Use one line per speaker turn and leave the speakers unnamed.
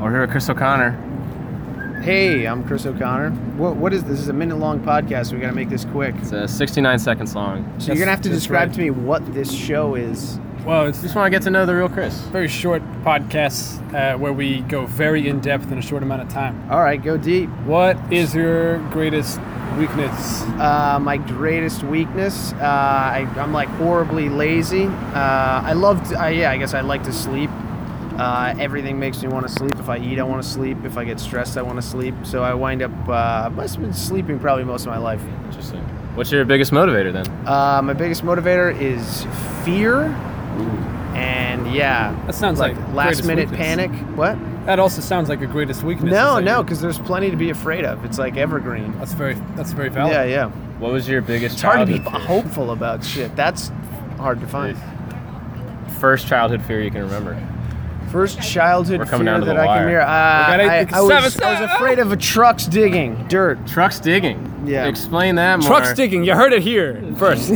We're here with Chris O'Connor.
Hey, I'm Chris O'Connor. What what is this? This is a minute long podcast. We got to make this quick.
It's a 69 second song.
So you're gonna have to
That's- that's
describe
right.
to me what this show is.
Well, it's
Just want to get to know the real Chris.
very short podcasts uh, where we go very in depth in a short amount of time.
All right, go deep.
What is your greatest weakness?
Uh, my greatest weakness, uh, I, I'm like horribly lazy. Uh, I love, to, uh, yeah, I guess I like to sleep. Uh, everything makes me want to sleep. If I eat, I want to sleep. If I get stressed, I want to sleep. So I wind up, uh, I must have been sleeping probably most of my life.
Interesting. What's your biggest motivator then?
Uh, my biggest motivator is fear. And yeah.
That sounds like
last
greatest
minute
weakness.
panic. What?
That also sounds like a greatest weakness.
No,
is that
no,
you-
because there's plenty to be afraid of. It's like evergreen.
That's very that's very valid.
Yeah, yeah.
What was your biggest
It's hard to be
childhood fear?
hopeful about shit. That's hard to find.
First childhood fear you can remember.
First childhood
We're
fear
coming down to
that
the
I
wire.
can mirror. Uh,
gotta
I,
think
I, was,
seven,
I was
seven.
afraid of a trucks digging dirt.
Trucks digging.
Yeah.
Explain that more.
Truck sticking. You heard it here first.